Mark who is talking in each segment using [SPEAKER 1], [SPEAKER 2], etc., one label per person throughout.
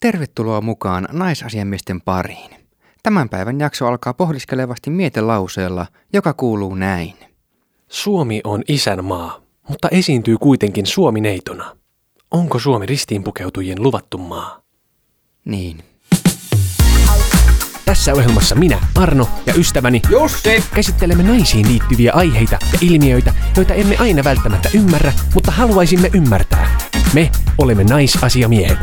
[SPEAKER 1] Tervetuloa mukaan naisasiamiesten pariin. Tämän päivän jakso alkaa pohdiskelevasti mietelauseella, joka kuuluu näin.
[SPEAKER 2] Suomi on isänmaa, mutta esiintyy kuitenkin Suomi-neitona. Onko Suomi ristiinpukeutujien luvattu maa?
[SPEAKER 1] Niin.
[SPEAKER 2] Tässä ohjelmassa minä, Arno ja ystäväni
[SPEAKER 3] Jussi!
[SPEAKER 2] käsittelemme naisiin liittyviä aiheita ja ilmiöitä, joita emme aina välttämättä ymmärrä, mutta haluaisimme ymmärtää. Me olemme naisasiamiehet.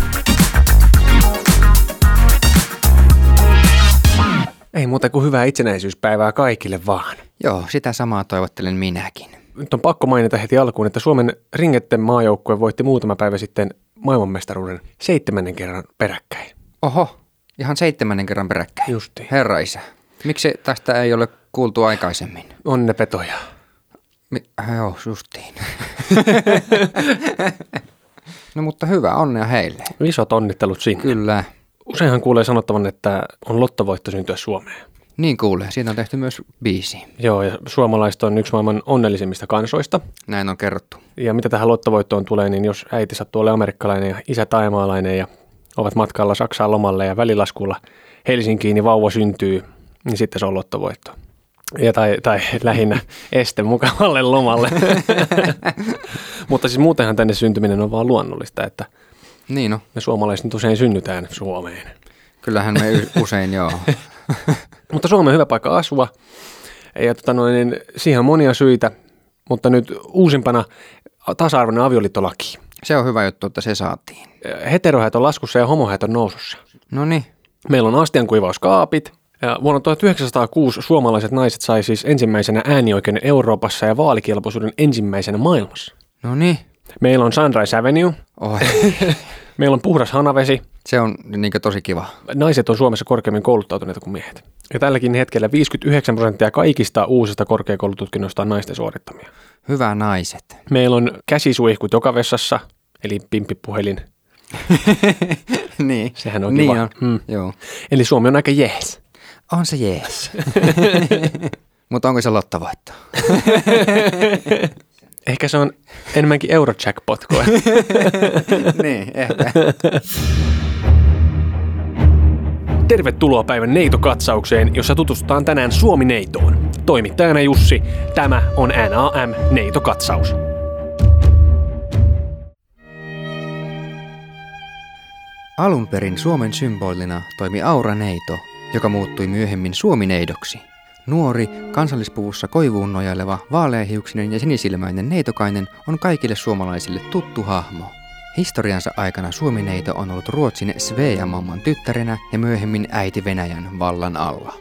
[SPEAKER 2] Ei muuta kuin hyvää itsenäisyyspäivää kaikille vaan.
[SPEAKER 1] Joo, sitä samaa toivottelen minäkin.
[SPEAKER 2] Nyt on pakko mainita heti alkuun, että Suomen ringetten maajoukkue voitti muutama päivä sitten maailmanmestaruuden seitsemännen kerran peräkkäin.
[SPEAKER 1] Oho, ihan seitsemännen kerran peräkkäin.
[SPEAKER 2] Justiin.
[SPEAKER 1] Herra isä, miksi tästä ei ole kuultu aikaisemmin?
[SPEAKER 2] Onne petoja.
[SPEAKER 1] Mi- joo, justiin. no mutta hyvä, onnea heille.
[SPEAKER 2] Isot onnittelut sinne.
[SPEAKER 1] Kyllä.
[SPEAKER 2] Useinhan kuulee sanottavan, että on lottovoitto syntyä Suomeen.
[SPEAKER 1] Niin kuulee, siitä on tehty myös biisi.
[SPEAKER 2] Joo, ja suomalaiset on yksi maailman onnellisimmista kansoista.
[SPEAKER 1] Näin on kerrottu.
[SPEAKER 2] Ja mitä tähän lottovoittoon tulee, niin jos äiti sattuu olemaan amerikkalainen ja isä taimaalainen ja ovat matkalla Saksaan lomalle ja välilaskulla Helsinkiin, niin vauva syntyy, niin sitten se on lottovoitto. Ja tai, tai lähinnä este mukavalle lomalle. Mutta siis muutenhan tänne syntyminen on vaan luonnollista, että
[SPEAKER 1] Niin no,
[SPEAKER 2] me suomalaiset nyt usein synnytään Suomeen.
[SPEAKER 1] kyllähän me y- usein joo.
[SPEAKER 2] Mutta Suomi on hyvä paikka asua ja tota noin, niin siihen on monia syitä, mutta nyt uusimpana tasa-arvoinen avioliittolaki.
[SPEAKER 1] Se on hyvä juttu, että se saatiin.
[SPEAKER 2] Heterohäät on laskussa ja homohäät on nousussa.
[SPEAKER 1] No niin,
[SPEAKER 2] Meillä on astiankuivauskaapit. Ja vuonna 1906 suomalaiset naiset sai siis ensimmäisenä äänioikeuden Euroopassa ja vaalikelpoisuuden ensimmäisenä maailmassa.
[SPEAKER 1] no niin.
[SPEAKER 2] Meillä on Sunrise Avenue,
[SPEAKER 1] Oi,
[SPEAKER 2] meillä on puhdas hanavesi,
[SPEAKER 1] se on niinkö tosi kiva.
[SPEAKER 2] naiset on Suomessa korkeammin kouluttautuneita kuin miehet. Ja tälläkin hetkellä 59 prosenttia kaikista uusista korkeakoulututkinnoista on naisten suorittamia.
[SPEAKER 1] Hyvä naiset.
[SPEAKER 2] Meillä on käsisuihkut joka vessassa, eli pimppipuhelin.
[SPEAKER 1] niin.
[SPEAKER 2] Sehän on
[SPEAKER 1] niin
[SPEAKER 2] kiva.
[SPEAKER 1] On.
[SPEAKER 2] Mm.
[SPEAKER 1] Joo.
[SPEAKER 2] Eli Suomi on aika jees.
[SPEAKER 1] On se jees. Mutta onko se lottovoitto?
[SPEAKER 2] Ehkä se on enemmänkin Eurojackpot kuin.
[SPEAKER 1] niin, ehkä.
[SPEAKER 2] Tervetuloa päivän Neito-katsaukseen, jossa tutustutaan tänään Suomi-neitoon. Toimittajana Jussi, tämä on NAM Neito-katsaus.
[SPEAKER 1] Alun perin Suomen symbolina toimi auraneito, joka muuttui myöhemmin suomineidoksi. Nuori, kansallispuvussa koivuun nojaileva, vaaleahiuksinen ja sinisilmäinen neitokainen on kaikille suomalaisille tuttu hahmo. Historiansa aikana suomineito on ollut Ruotsin Sveamamman tyttärenä ja myöhemmin äiti Venäjän vallan alla.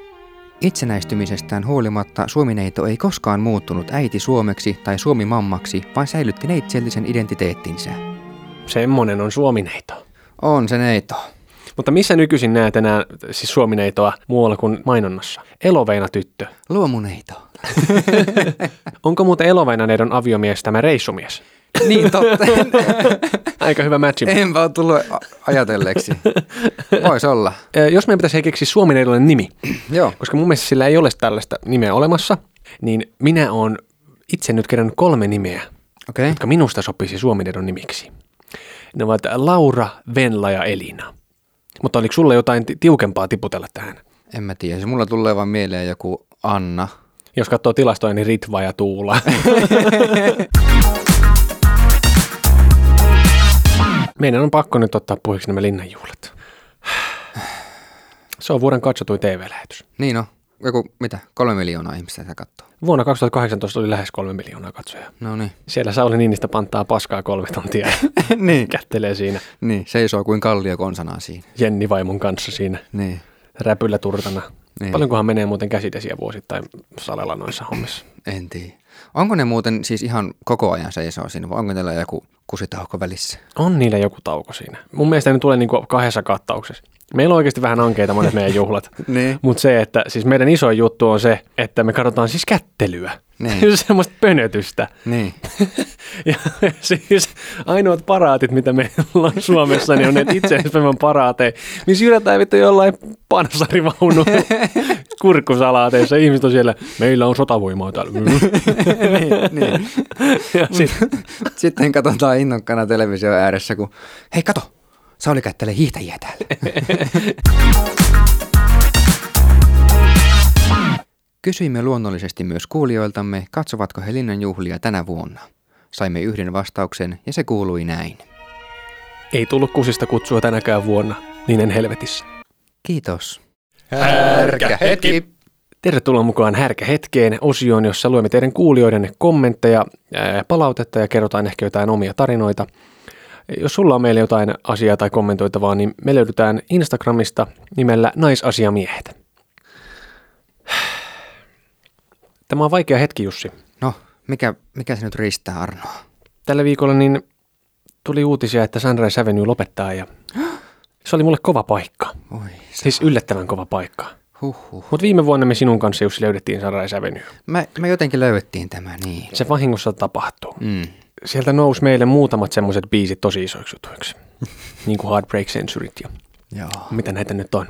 [SPEAKER 1] Itsenäistymisestään huolimatta suomineito ei koskaan muuttunut äiti suomeksi tai suomimammaksi, vaan säilytti neitsellisen identiteettinsä.
[SPEAKER 2] Semmonen on Suomi-neito.
[SPEAKER 1] On se neito.
[SPEAKER 2] Mutta missä nykyisin näet enää siis Suomi-neitoa muualla kuin mainonnassa? Eloveina tyttö.
[SPEAKER 1] Luomuneito.
[SPEAKER 2] Onko muuten Eloveina neidon aviomies tämä reissumies?
[SPEAKER 1] Niin totta.
[SPEAKER 2] Aika hyvä match.
[SPEAKER 1] En vaan tullut a- ajatelleeksi. Voisi olla.
[SPEAKER 2] Eh, Jos meidän pitäisi keksiä Suomi-neidolle nimi,
[SPEAKER 1] Joo.
[SPEAKER 2] koska mun mielestä sillä ei ole tällaista nimeä olemassa, niin minä olen itse nyt kerännyt kolme nimeä,
[SPEAKER 1] Okei. Okay.
[SPEAKER 2] jotka minusta sopisi Suomineidon nimiksi. Ne ovat Laura, Venla ja Elina. Mutta oliko sulle jotain ti- tiukempaa tiputella tähän?
[SPEAKER 1] En mä tiedä. Mulla tulee vaan mieleen joku Anna.
[SPEAKER 2] Jos katsoo tilastoja, niin Ritva ja Tuula. Meidän on pakko nyt ottaa puheeksi nämä linnanjuhlat. Se on vuoden katsotuin TV-lähetys.
[SPEAKER 1] Niin no. Joku, mitä? Kolme miljoonaa ihmistä sitä katsoo.
[SPEAKER 2] Vuonna 2018 oli lähes kolme miljoonaa katsojaa.
[SPEAKER 1] No niin.
[SPEAKER 2] Siellä Sauli Niinistä pantaa paskaa kolme tuntia ja
[SPEAKER 1] niin.
[SPEAKER 2] kättelee siinä
[SPEAKER 1] Niin. Seisoo kuin kallio konsanaan siinä.
[SPEAKER 2] Jenni vaimon kanssa siinä
[SPEAKER 1] Niin.
[SPEAKER 2] räpyllä turtana.
[SPEAKER 1] Niin.
[SPEAKER 2] Niin. Paljonkohan menee muuten käsidesiä vuosittain salella noissa hommissa?
[SPEAKER 1] En tiedä. Onko ne muuten siis ihan koko ajan seisoo siinä vai onko niillä joku kusitauko välissä?
[SPEAKER 2] On niillä joku tauko siinä. Mun mielestä ne tulee niinku kahdessa kattauksessa. Meillä on oikeasti vähän ankeita monet meidän juhlat.
[SPEAKER 1] Niin.
[SPEAKER 2] Mutta se, että siis meidän iso juttu on se, että me katsotaan siis kättelyä.
[SPEAKER 1] Niin.
[SPEAKER 2] Semmoista pönötystä.
[SPEAKER 1] Niin.
[SPEAKER 2] Ja siis ainoat paraatit, mitä meillä on Suomessa, niin on ne itsenäispäivän paraateja. Niin syydetään vittu jollain panssarivaunu kurkkusalaateissa. Ihmiset on siellä, meillä on sotavoimaa täällä.
[SPEAKER 1] niin. niin.
[SPEAKER 2] Ja sit,
[SPEAKER 1] Sitten katsotaan innokkaana televisio ääressä, kun hei kato, Sauli kättelee hiihtäjiä täällä. Kysyimme luonnollisesti myös kuulijoiltamme, katsovatko he Linnan juhlia tänä vuonna. Saimme yhden vastauksen ja se kuului näin.
[SPEAKER 2] Ei tullut kusista kutsua tänäkään vuonna, niin en helvetissä.
[SPEAKER 1] Kiitos.
[SPEAKER 3] Härkä hetki.
[SPEAKER 2] Tervetuloa mukaan Härkä hetkeen osioon, jossa luemme teidän kuulijoiden kommentteja, ää, palautetta ja kerrotaan ehkä jotain omia tarinoita. Jos sulla on meille jotain asiaa tai kommentoitavaa, niin me löydetään Instagramista nimellä naisasiamiehet. Tämä on vaikea hetki, Jussi.
[SPEAKER 1] No, mikä, mikä se nyt riistää Arnoa?
[SPEAKER 2] Tällä viikolla niin tuli uutisia, että Sunrise Avenue lopettaa ja se oli mulle kova paikka.
[SPEAKER 1] Oi, se-
[SPEAKER 2] Siis yllättävän kova paikka.
[SPEAKER 1] huhhuh.
[SPEAKER 2] Mutta viime vuonna me sinun kanssa, Jussi, löydettiin Sunrise Avenue.
[SPEAKER 1] Me, me jotenkin löydettiin tämä, niin.
[SPEAKER 2] Se vahingossa tapahtuu.
[SPEAKER 1] Mm.
[SPEAKER 2] Sieltä nousi meille muutamat semmoiset biisit tosi isoiksi jutuiksi. niin kuin Heartbreak Censorit ja
[SPEAKER 1] Joo.
[SPEAKER 2] mitä näitä nyt on.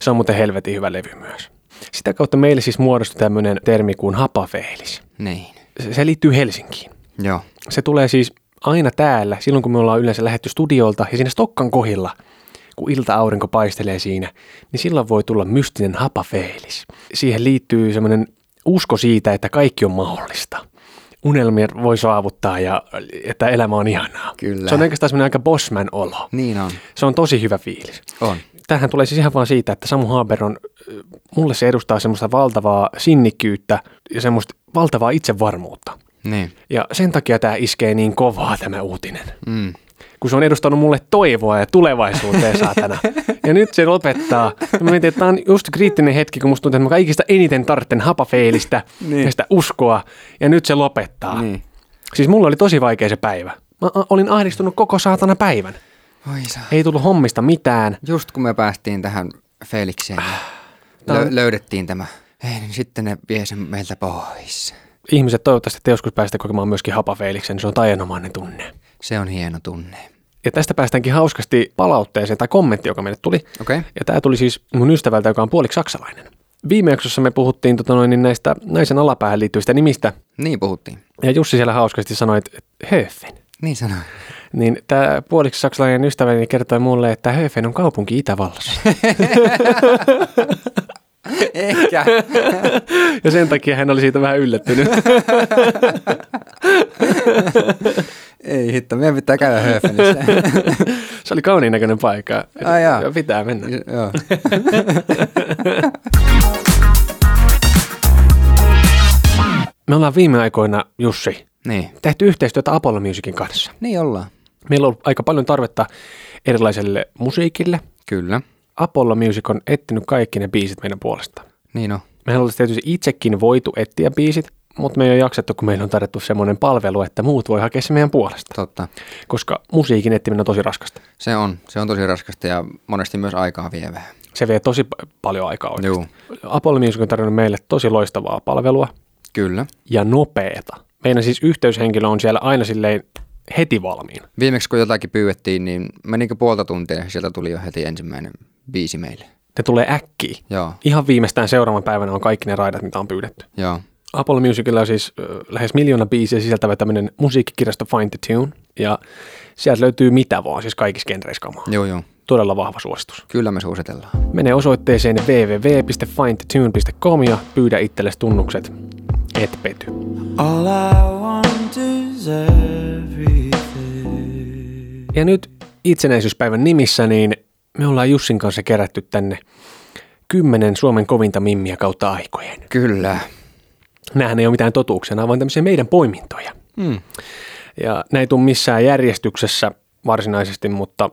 [SPEAKER 2] Se on muuten helvetin hyvä levy myös. Sitä kautta meille siis muodostui tämmöinen termi kuin hapafeilis.
[SPEAKER 1] Niin.
[SPEAKER 2] Se, se liittyy Helsinkiin.
[SPEAKER 1] Joo.
[SPEAKER 2] Se tulee siis aina täällä, silloin kun me ollaan yleensä lähetty studiolta ja siinä Stokkan kohilla, kun ilta-aurinko paistelee siinä, niin silloin voi tulla mystinen hapafeilis. Siihen liittyy semmoinen usko siitä, että kaikki on mahdollista. Unelmia voi saavuttaa ja että elämä on ihanaa.
[SPEAKER 1] Kyllä.
[SPEAKER 2] Se on oikeastaan semmoinen aika bossman olo.
[SPEAKER 1] Niin on.
[SPEAKER 2] Se on tosi hyvä fiilis.
[SPEAKER 1] On.
[SPEAKER 2] Tähän tulee siis ihan vaan siitä, että Samu Haaber on, äh, mulle se edustaa semmoista valtavaa sinnikkyyttä ja semmoista valtavaa itsevarmuutta.
[SPEAKER 1] Niin.
[SPEAKER 2] Ja sen takia tämä iskee niin kovaa tämä uutinen.
[SPEAKER 1] Mm.
[SPEAKER 2] Kun se on edustanut mulle toivoa ja tulevaisuuteen saatana. Ja nyt se lopettaa. Ja mä mietin, että tämä on just kriittinen hetki, kun musta tuntuu, että mä kaikista eniten tartten hapafeilistä
[SPEAKER 1] Niin.
[SPEAKER 2] niin. ja sitä uskoa. Ja nyt se lopettaa.
[SPEAKER 1] Niin.
[SPEAKER 2] Siis mulla oli tosi vaikea se päivä. Mä a- olin ahdistunut koko saatana päivän.
[SPEAKER 1] Voi saa.
[SPEAKER 2] Ei tullut hommista mitään.
[SPEAKER 1] Just kun me päästiin tähän Felikseen, ja
[SPEAKER 2] Tää
[SPEAKER 1] lö-
[SPEAKER 2] on-
[SPEAKER 1] löydettiin tämä. Ei, niin sitten ne vie sen meiltä pois.
[SPEAKER 2] Ihmiset toivottavasti te joskus päästä kokemaan myöskin hapafeiliksen. Se on taianomainen tunne.
[SPEAKER 1] Se on hieno tunne.
[SPEAKER 2] Ja tästä päästäänkin hauskasti palautteeseen tai kommentti, joka meille tuli.
[SPEAKER 1] Okei. Okay.
[SPEAKER 2] Ja tämä tuli siis mun ystävältä, joka on puoliksi saksalainen. Viime jaksossa me puhuttiin tota noin, niin näistä naisen alapäähän liittyvistä nimistä,
[SPEAKER 1] Niin puhuttiin.
[SPEAKER 2] ja Jussi siellä hauskasti sanoi, että että Höfen.
[SPEAKER 1] Niin sanoin.
[SPEAKER 2] Niin tämä puoliksi saksalainen ystäväni kertoi mulle, että Höfen on kaupunki Itävallassa.
[SPEAKER 1] Ehkä.
[SPEAKER 2] ja sen takia hän oli siitä vähän yllättynyt.
[SPEAKER 1] Ei hitto, meidän pitää käydä Höfenissä.
[SPEAKER 2] Se oli kauniin näköinen paikka.
[SPEAKER 1] Ai jaa.
[SPEAKER 2] Ja pitää mennä.
[SPEAKER 1] Joo.
[SPEAKER 2] Me ollaan viime aikoina, Jussi,
[SPEAKER 1] Niin.
[SPEAKER 2] tehty yhteistyötä Apollo Musicin kanssa.
[SPEAKER 1] Niin ollaan.
[SPEAKER 2] Meillä on ollut aika paljon tarvetta erilaiselle musiikille.
[SPEAKER 1] Kyllä.
[SPEAKER 2] Apollo Music on etsinyt kaikki ne biisit meidän puolesta.
[SPEAKER 1] Niin on.
[SPEAKER 2] Mehän olisi tietysti itsekin voitu etsiä biisit, mutta me ei ole jaksettu, kun meillä on tarjottu semmoinen palvelu, että muut voi hakea se meidän puolesta,
[SPEAKER 1] Totta.
[SPEAKER 2] koska musiikin etsiminen on tosi raskasta.
[SPEAKER 1] Se on. Se on tosi raskasta ja monesti myös aikaa vievää.
[SPEAKER 2] Se vie tosi pa- paljon aikaa oikeasti.
[SPEAKER 1] Joo.
[SPEAKER 2] Apollo Music on tarjonnut meille tosi loistavaa palvelua
[SPEAKER 1] Kyllä.
[SPEAKER 2] ja nopeeta. Meidän siis yhteyshenkilö on siellä aina silleen heti valmiin.
[SPEAKER 1] Viimeksi kun jotakin pyydettiin, niin menikö puolta tuntia ja sieltä tuli jo heti ensimmäinen biisi meille.
[SPEAKER 2] Ne tulee äkkiä.
[SPEAKER 1] Joo,
[SPEAKER 2] Ihan viimeistään seuraavan päivänä on kaikki ne raidat, mitä on pyydetty.
[SPEAKER 1] joo.
[SPEAKER 2] Apollo Musicilla on siis ö, lähes miljoona biisiä sisältävä tämmöinen musiikkikirjasto Find the Tune, ja sieltä löytyy mitä vaan, siis kaikissa genreissä kamaa.
[SPEAKER 1] Joo, joo.
[SPEAKER 2] Todella vahva suositus.
[SPEAKER 1] Kyllä me suositellaan.
[SPEAKER 2] Mene osoitteeseen www.findthetune.com ja pyydä itsellesi tunnukset. Et pety.
[SPEAKER 4] All I want is everything.
[SPEAKER 2] Ja nyt itsenäisyyspäivän nimissä, niin me ollaan Jussin kanssa kerätty tänne kymmenen Suomen kovinta mimmiä kautta aikojen.
[SPEAKER 1] Kyllä.
[SPEAKER 2] Nämähän ei ole mitään totuuksena, vaan tämmöisiä meidän poimintoja.
[SPEAKER 1] Mm.
[SPEAKER 2] Ja näitä on missään järjestyksessä varsinaisesti, mutta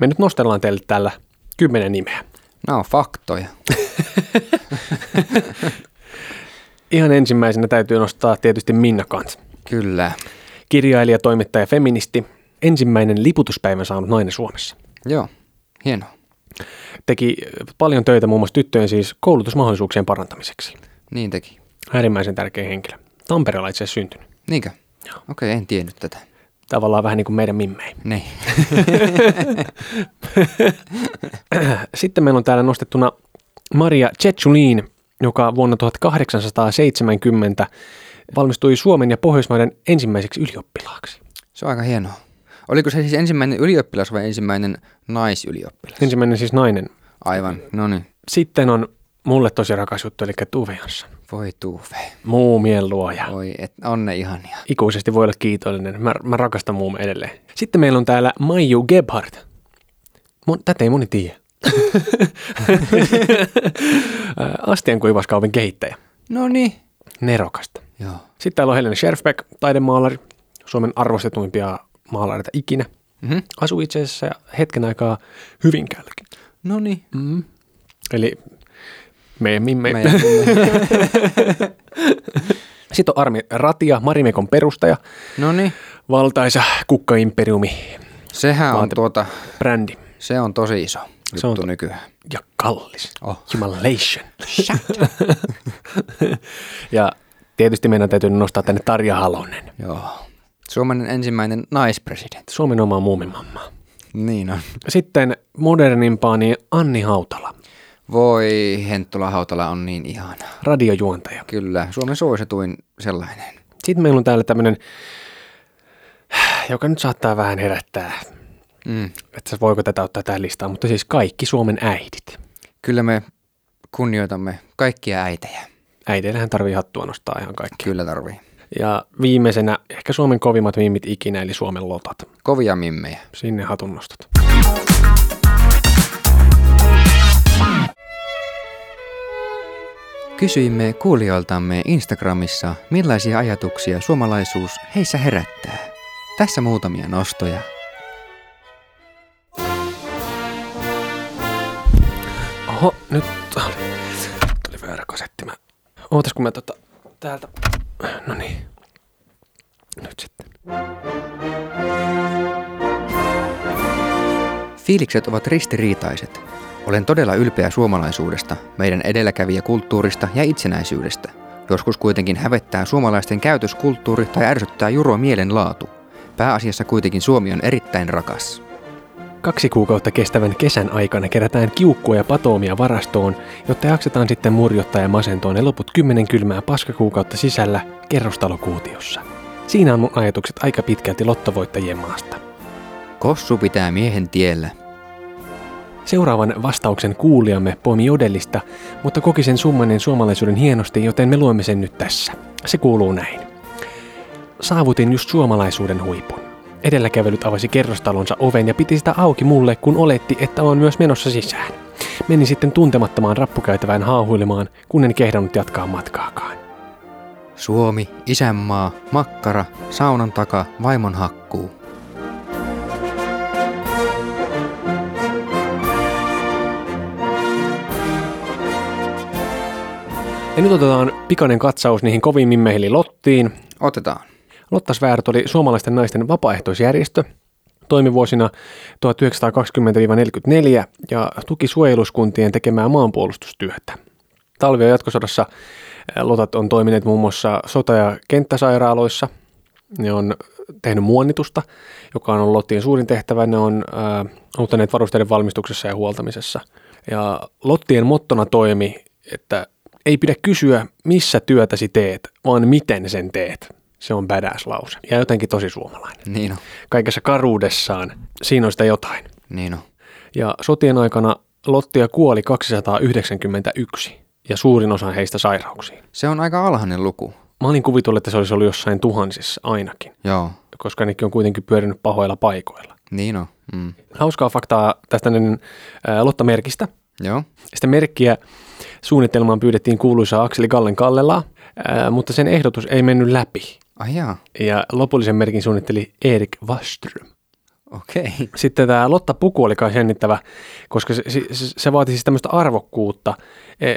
[SPEAKER 2] me nyt nostellaan teille täällä kymmenen nimeä.
[SPEAKER 1] Nämä on faktoja.
[SPEAKER 2] Ihan ensimmäisenä täytyy nostaa tietysti Minna Kant.
[SPEAKER 1] Kyllä.
[SPEAKER 2] Kirjailija, toimittaja, feministi. Ensimmäinen liputuspäivän saanut nainen Suomessa.
[SPEAKER 1] Joo. Hienoa.
[SPEAKER 2] Teki äh, paljon töitä muun muassa tyttöjen siis koulutusmahdollisuuksien parantamiseksi.
[SPEAKER 1] Niin teki.
[SPEAKER 2] Äärimmäisen tärkeä henkilö. Tampereella itse asiassa syntynyt.
[SPEAKER 1] Niinkö? Joo. Okei, en tiennyt tätä.
[SPEAKER 2] Tavallaan vähän niin kuin meidän mimmei.
[SPEAKER 1] Niin.
[SPEAKER 2] Äh, Sitten meillä on täällä nostettuna Maria Cecculin, joka vuonna 1870 valmistui Suomen ja Pohjoismaiden ensimmäiseksi ylioppilaaksi.
[SPEAKER 1] Se on aika hienoa. Oliko se siis ensimmäinen ylioppilas vai ensimmäinen naisylioppilas?
[SPEAKER 2] Ensimmäinen siis nainen.
[SPEAKER 1] Aivan, no niin.
[SPEAKER 2] Sitten on mulle tosi rakas juttu, eli Tuve Jansson.
[SPEAKER 1] Voi Tuve,
[SPEAKER 2] Muumien luoja.
[SPEAKER 1] voi, et, on ne ihania.
[SPEAKER 2] Ikuisesti voi olla kiitollinen. Mä, mä rakastan muume edelleen. Sitten meillä on täällä Maiju Gebhardt. Mon, tätä ei moni tiedä. Astian kuivaskaupin kehittäjä.
[SPEAKER 1] No niin.
[SPEAKER 2] Nerokasta.
[SPEAKER 1] Joo.
[SPEAKER 2] Sitten täällä on Helena Scherfbeck, taidemaalari, Suomen arvostetuimpia maalareita ikinä.
[SPEAKER 1] Mm-hmm.
[SPEAKER 2] Asui itse asiassa hetken aikaa Hyvinkäälläkin.
[SPEAKER 1] No niin.
[SPEAKER 2] Mm. Eli me, me, me.
[SPEAKER 1] Meidän-
[SPEAKER 2] Sitten on Armi Ratia, Marimekon perustaja,
[SPEAKER 1] No niin.
[SPEAKER 2] valtaisa kukkaimperiumi,
[SPEAKER 1] Sehän on,
[SPEAKER 2] Vaate-
[SPEAKER 1] tuota,
[SPEAKER 2] brändi
[SPEAKER 1] se on tosi iso
[SPEAKER 2] Se on
[SPEAKER 1] juttu
[SPEAKER 2] to-
[SPEAKER 1] nykyään.
[SPEAKER 2] ja kallis.
[SPEAKER 1] Oh.
[SPEAKER 2] Jumalation. ja tietysti meidän täytyy nostaa tänne Tarja Halonen,
[SPEAKER 1] Joo. Suomen ensimmäinen naispresidentti.
[SPEAKER 2] Suomen oma muumimamma.
[SPEAKER 1] Niin on.
[SPEAKER 2] Sitten modernimpaa niin Anni Hautala,
[SPEAKER 1] Voi, Henttula Hautala on niin ihana.
[SPEAKER 2] radiojuontaja.
[SPEAKER 1] Kyllä, Suomen suosituin sellainen.
[SPEAKER 2] Sitten meillä on täällä tämmöinen, joka nyt saattaa vähän herättää,
[SPEAKER 1] Mm.
[SPEAKER 2] että voiko tätä ottaa tähän listaan, mutta siis kaikki Suomen äidit.
[SPEAKER 1] Kyllä me kunnioitamme kaikkia äitejä.
[SPEAKER 2] Äideillähän tarvii hattua nostaa ihan kaikki.
[SPEAKER 1] Kyllä tarvii.
[SPEAKER 2] Ja viimeisenä ehkä Suomen kovimmat mimmit ikinä, eli Suomen lotat.
[SPEAKER 1] Kovia mimmejä.
[SPEAKER 2] Sinne hatunnostot.
[SPEAKER 1] Kysyimme kuulijoiltamme Instagramissa, millaisia ajatuksia suomalaisuus heissä herättää. Tässä muutamia nostoja.
[SPEAKER 2] Oho, nyt oli, tuli väärä kasetti. Mä, ootas kun mä tota, täältä, no niin, nyt sitten.
[SPEAKER 1] Fiilikset ovat ristiriitaiset. Olen todella ylpeä suomalaisuudesta, meidän edelläkävijäkulttuurista ja itsenäisyydestä. Joskus kuitenkin hävettää suomalaisten käytöskulttuuri tai ärsyttää juro mielenlaatu. Pääasiassa kuitenkin Suomi on erittäin rakas.
[SPEAKER 2] Kaksi kuukautta kestävän kesän aikana kerätään kiukkua ja patoomia varastoon, jotta jaksetaan sitten murjottaa ja masentua ne loput kymmenen kylmää paskakuukautta sisällä kerrostalokuutiossa. Siinä on mun ajatukset aika pitkälti lottovoittajien maasta.
[SPEAKER 1] Kossu pitää miehen tiellä.
[SPEAKER 2] Seuraavan vastauksen kuulijamme poimi jodellista, mutta koki sen summanen suomalaisuuden hienosti, joten me luemme sen nyt tässä. Se kuuluu näin. Saavutin just suomalaisuuden huipun. Edelläkävelyt avasi kerrostalonsa oven ja piti sitä auki mulle, kun oletti, että on myös menossa sisään. Menin sitten tuntemattomaan rappukäytävään haahuilemaan, kun en kehdannut jatkaa matkaakaan.
[SPEAKER 1] Suomi, isänmaa, makkara, saunan taka, vaimon hakkuu.
[SPEAKER 2] Ja nyt otetaan pikainen katsaus niihin kovimmin meili Lottiin,
[SPEAKER 1] Otetaan.
[SPEAKER 2] Lotta Svärd oli suomalaisten naisten vapaaehtoisjärjestö, toimi vuosina 1920-44 ja tuki suojeluskuntien tekemää maanpuolustustyötä. Talvi- ja jatkosodassa eh, Lotat on toimineet muun muassa sota- ja kenttäsairaaloissa. Ne on tehnyt muonnitusta, joka on ollut Lottien suurin tehtävä. Ne on äh, auttaneet varusteiden valmistuksessa ja huoltamisessa. Ja Lottien mottona toimi, että ei pidä kysyä, missä työtäsi teet, vaan miten sen teet. Se on badass lause. Ja jotenkin tosi suomalainen.
[SPEAKER 1] Niin on.
[SPEAKER 2] Kaikessa karuudessaan siinä on sitä jotain.
[SPEAKER 1] Niin on.
[SPEAKER 2] Ja sotien aikana Lottia kuoli 291 ja suurin osa heistä sairauksiin.
[SPEAKER 1] Se on aika alhainen luku.
[SPEAKER 2] Mä olin kuvitellut, että se olisi ollut jossain tuhansissa ainakin,
[SPEAKER 1] Joo.
[SPEAKER 2] koska nekin on kuitenkin pyörinyt pahoilla paikoilla.
[SPEAKER 1] Niin on. Mm.
[SPEAKER 2] Hauskaa faktaa tästä niin, ää, Lotta-merkistä.
[SPEAKER 1] Joo.
[SPEAKER 2] Sitä merkkiä suunnitelmaan pyydettiin kuuluisaa Akseli Kallen Kallelaa, ää, mutta sen ehdotus ei mennyt läpi.
[SPEAKER 1] Ai jaa.
[SPEAKER 2] Ja lopullisen merkin suunnitteli Erik Waström.
[SPEAKER 1] Okei. Okay.
[SPEAKER 2] Sitten tämä Lotta-puku oli kai jännittävä, koska se, se, se- se vaati siis tämmöistä arvokkuutta,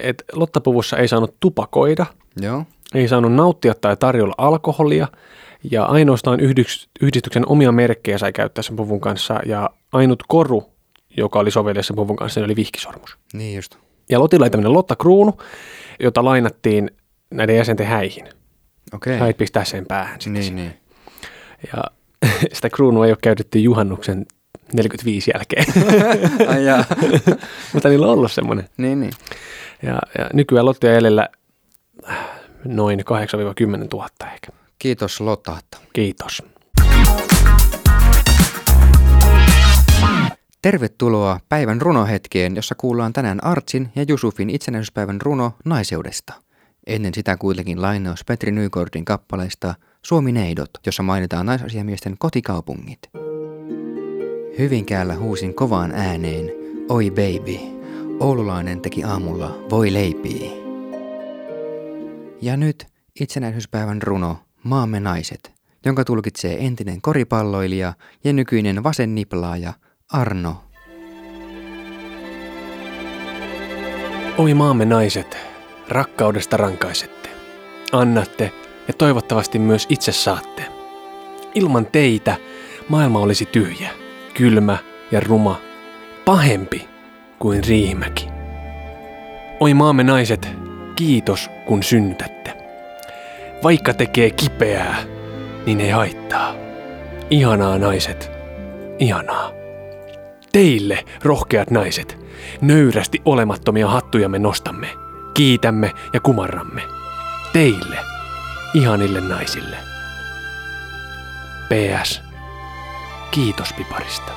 [SPEAKER 2] että Lotta-puvussa ei saanut tupakoida,
[SPEAKER 1] Joo.
[SPEAKER 2] ei saanut nauttia tai tarjolla alkoholia, ja ainoastaan yhdyks- yhdistyksen omia merkkejä sai käyttää sen puvun kanssa, ja ainut koru, joka oli sovellessa puvun kanssa, oli vihkisormus.
[SPEAKER 1] Niin just.
[SPEAKER 2] Ja Lotilla oli tämmöinen Lotta-kruunu, jota lainattiin näiden jäsenten häihin.
[SPEAKER 1] Okei.
[SPEAKER 2] Sait pistää sen päähän sitten.
[SPEAKER 1] Niin, niin.
[SPEAKER 2] Ja sitä kruunua ei ole käytetty juhannuksen 45 jälkeen.
[SPEAKER 1] niin. Ai jaa.
[SPEAKER 2] Mutta niillä on ollut semmoinen.
[SPEAKER 1] niin, niin.
[SPEAKER 2] Ja, ja nykyään Lottia jäljellä äh, noin 8-10 000 ehkä.
[SPEAKER 1] Kiitos Lotatta.
[SPEAKER 2] Kiitos.
[SPEAKER 1] Tervetuloa päivän runohetkeen, jossa kuullaan tänään Artsin ja Jusufin itsenäisyyspäivän runo naiseudesta. Ennen sitä kuitenkin lainaus Petri Nykordin kappaleista Suomi-neidot, jossa mainitaan naisasiamiesten kotikaupungit. Hyvinkäällä huusin kovaan ääneen, oi baby, oululainen teki aamulla voi leipii. Ja nyt itsenäisyyspäivän runo Maamme naiset, jonka tulkitsee entinen koripalloilija ja nykyinen vasenniplaaja Arno.
[SPEAKER 2] Oi maamme naiset, rakkaudesta rankaisette. Annatte ja toivottavasti myös itse saatte. Ilman teitä maailma olisi tyhjä, kylmä ja ruma, pahempi kuin riihimäki. Oi maamme naiset, kiitos kun syntätte. Vaikka tekee kipeää, niin ei haittaa. Ihanaa naiset, ihanaa. Teille, rohkeat naiset, nöyrästi olemattomia hattuja me nostamme, kiitämme ja kumarramme. Teille, ihanille naisille. PS. Kiitos piparista.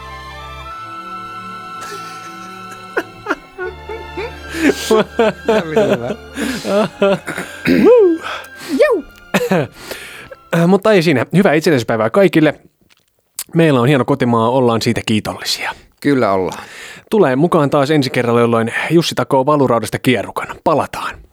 [SPEAKER 2] Äh, Mutta ei siinä. Hyvää itsenäisyyspäivää kaikille. Meillä on hieno kotimaa, ollaan siitä kiitollisia.
[SPEAKER 1] Kyllä ollaan.
[SPEAKER 2] Tulee mukaan taas ensi kerralla, jolloin Jussi takoo valuraudasta kierrukan. Palataan.